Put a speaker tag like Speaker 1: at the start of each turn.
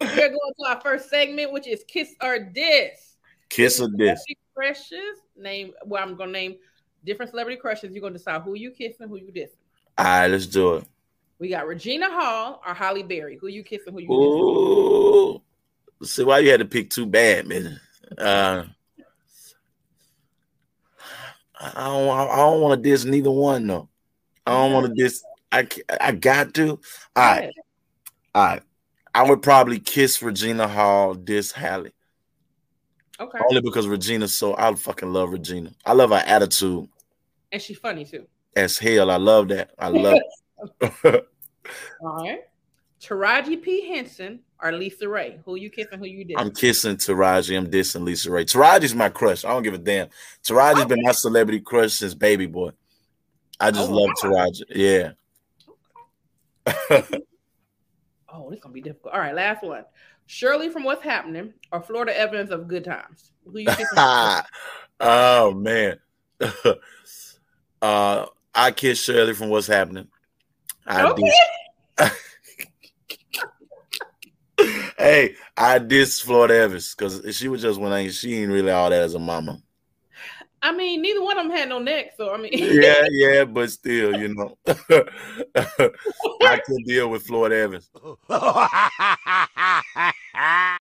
Speaker 1: we're going to our first segment, which is Kiss or Diss.
Speaker 2: Kiss or Diss.
Speaker 1: Crushes, name, well, I'm going to name different celebrity crushes. You're going to decide who you kissing, who you dissing.
Speaker 2: All right, let's do it.
Speaker 1: We got Regina Hall or Holly Berry. Who you kissing, who you
Speaker 2: Ooh. See why you had to pick two bad men. Uh, I don't. I don't want to diss neither one though. I don't want to diss. I ca- I got to. All right, all right. I would probably kiss Regina Hall, diss Hallie,
Speaker 1: dissing? Okay.
Speaker 2: only because Regina's so. I fucking love Regina. I love her attitude
Speaker 1: And she's funny too.
Speaker 2: as hell. I love that. I love. it.
Speaker 1: All right. Taraji P. Henson or Lisa Ray. Who you kissing, who you
Speaker 2: I'm
Speaker 1: dissing?
Speaker 2: kissing Taraji. I'm dissing Lisa Ray. Taraji's my crush. I don't give a damn. Taraji's been my celebrity crush since baby boy. I just
Speaker 1: Oh,
Speaker 2: love
Speaker 1: wow.
Speaker 2: Taraji. Yeah.
Speaker 1: Oh, this going to be difficult. All right, last one. Shirley from What's Happening or Florida Evans of Good Times. Who you kissing?
Speaker 2: oh man. uh I kiss Shirley from what's happening. I
Speaker 1: Okay.
Speaker 2: dis- hey, I diss Florida Evans because she was just one thing. She ain't really all that as a mama.
Speaker 1: I mean, neither one of them had no neck, so I mean,
Speaker 2: Yeah, yeah, but still, you know, I could deal with Florida Evans.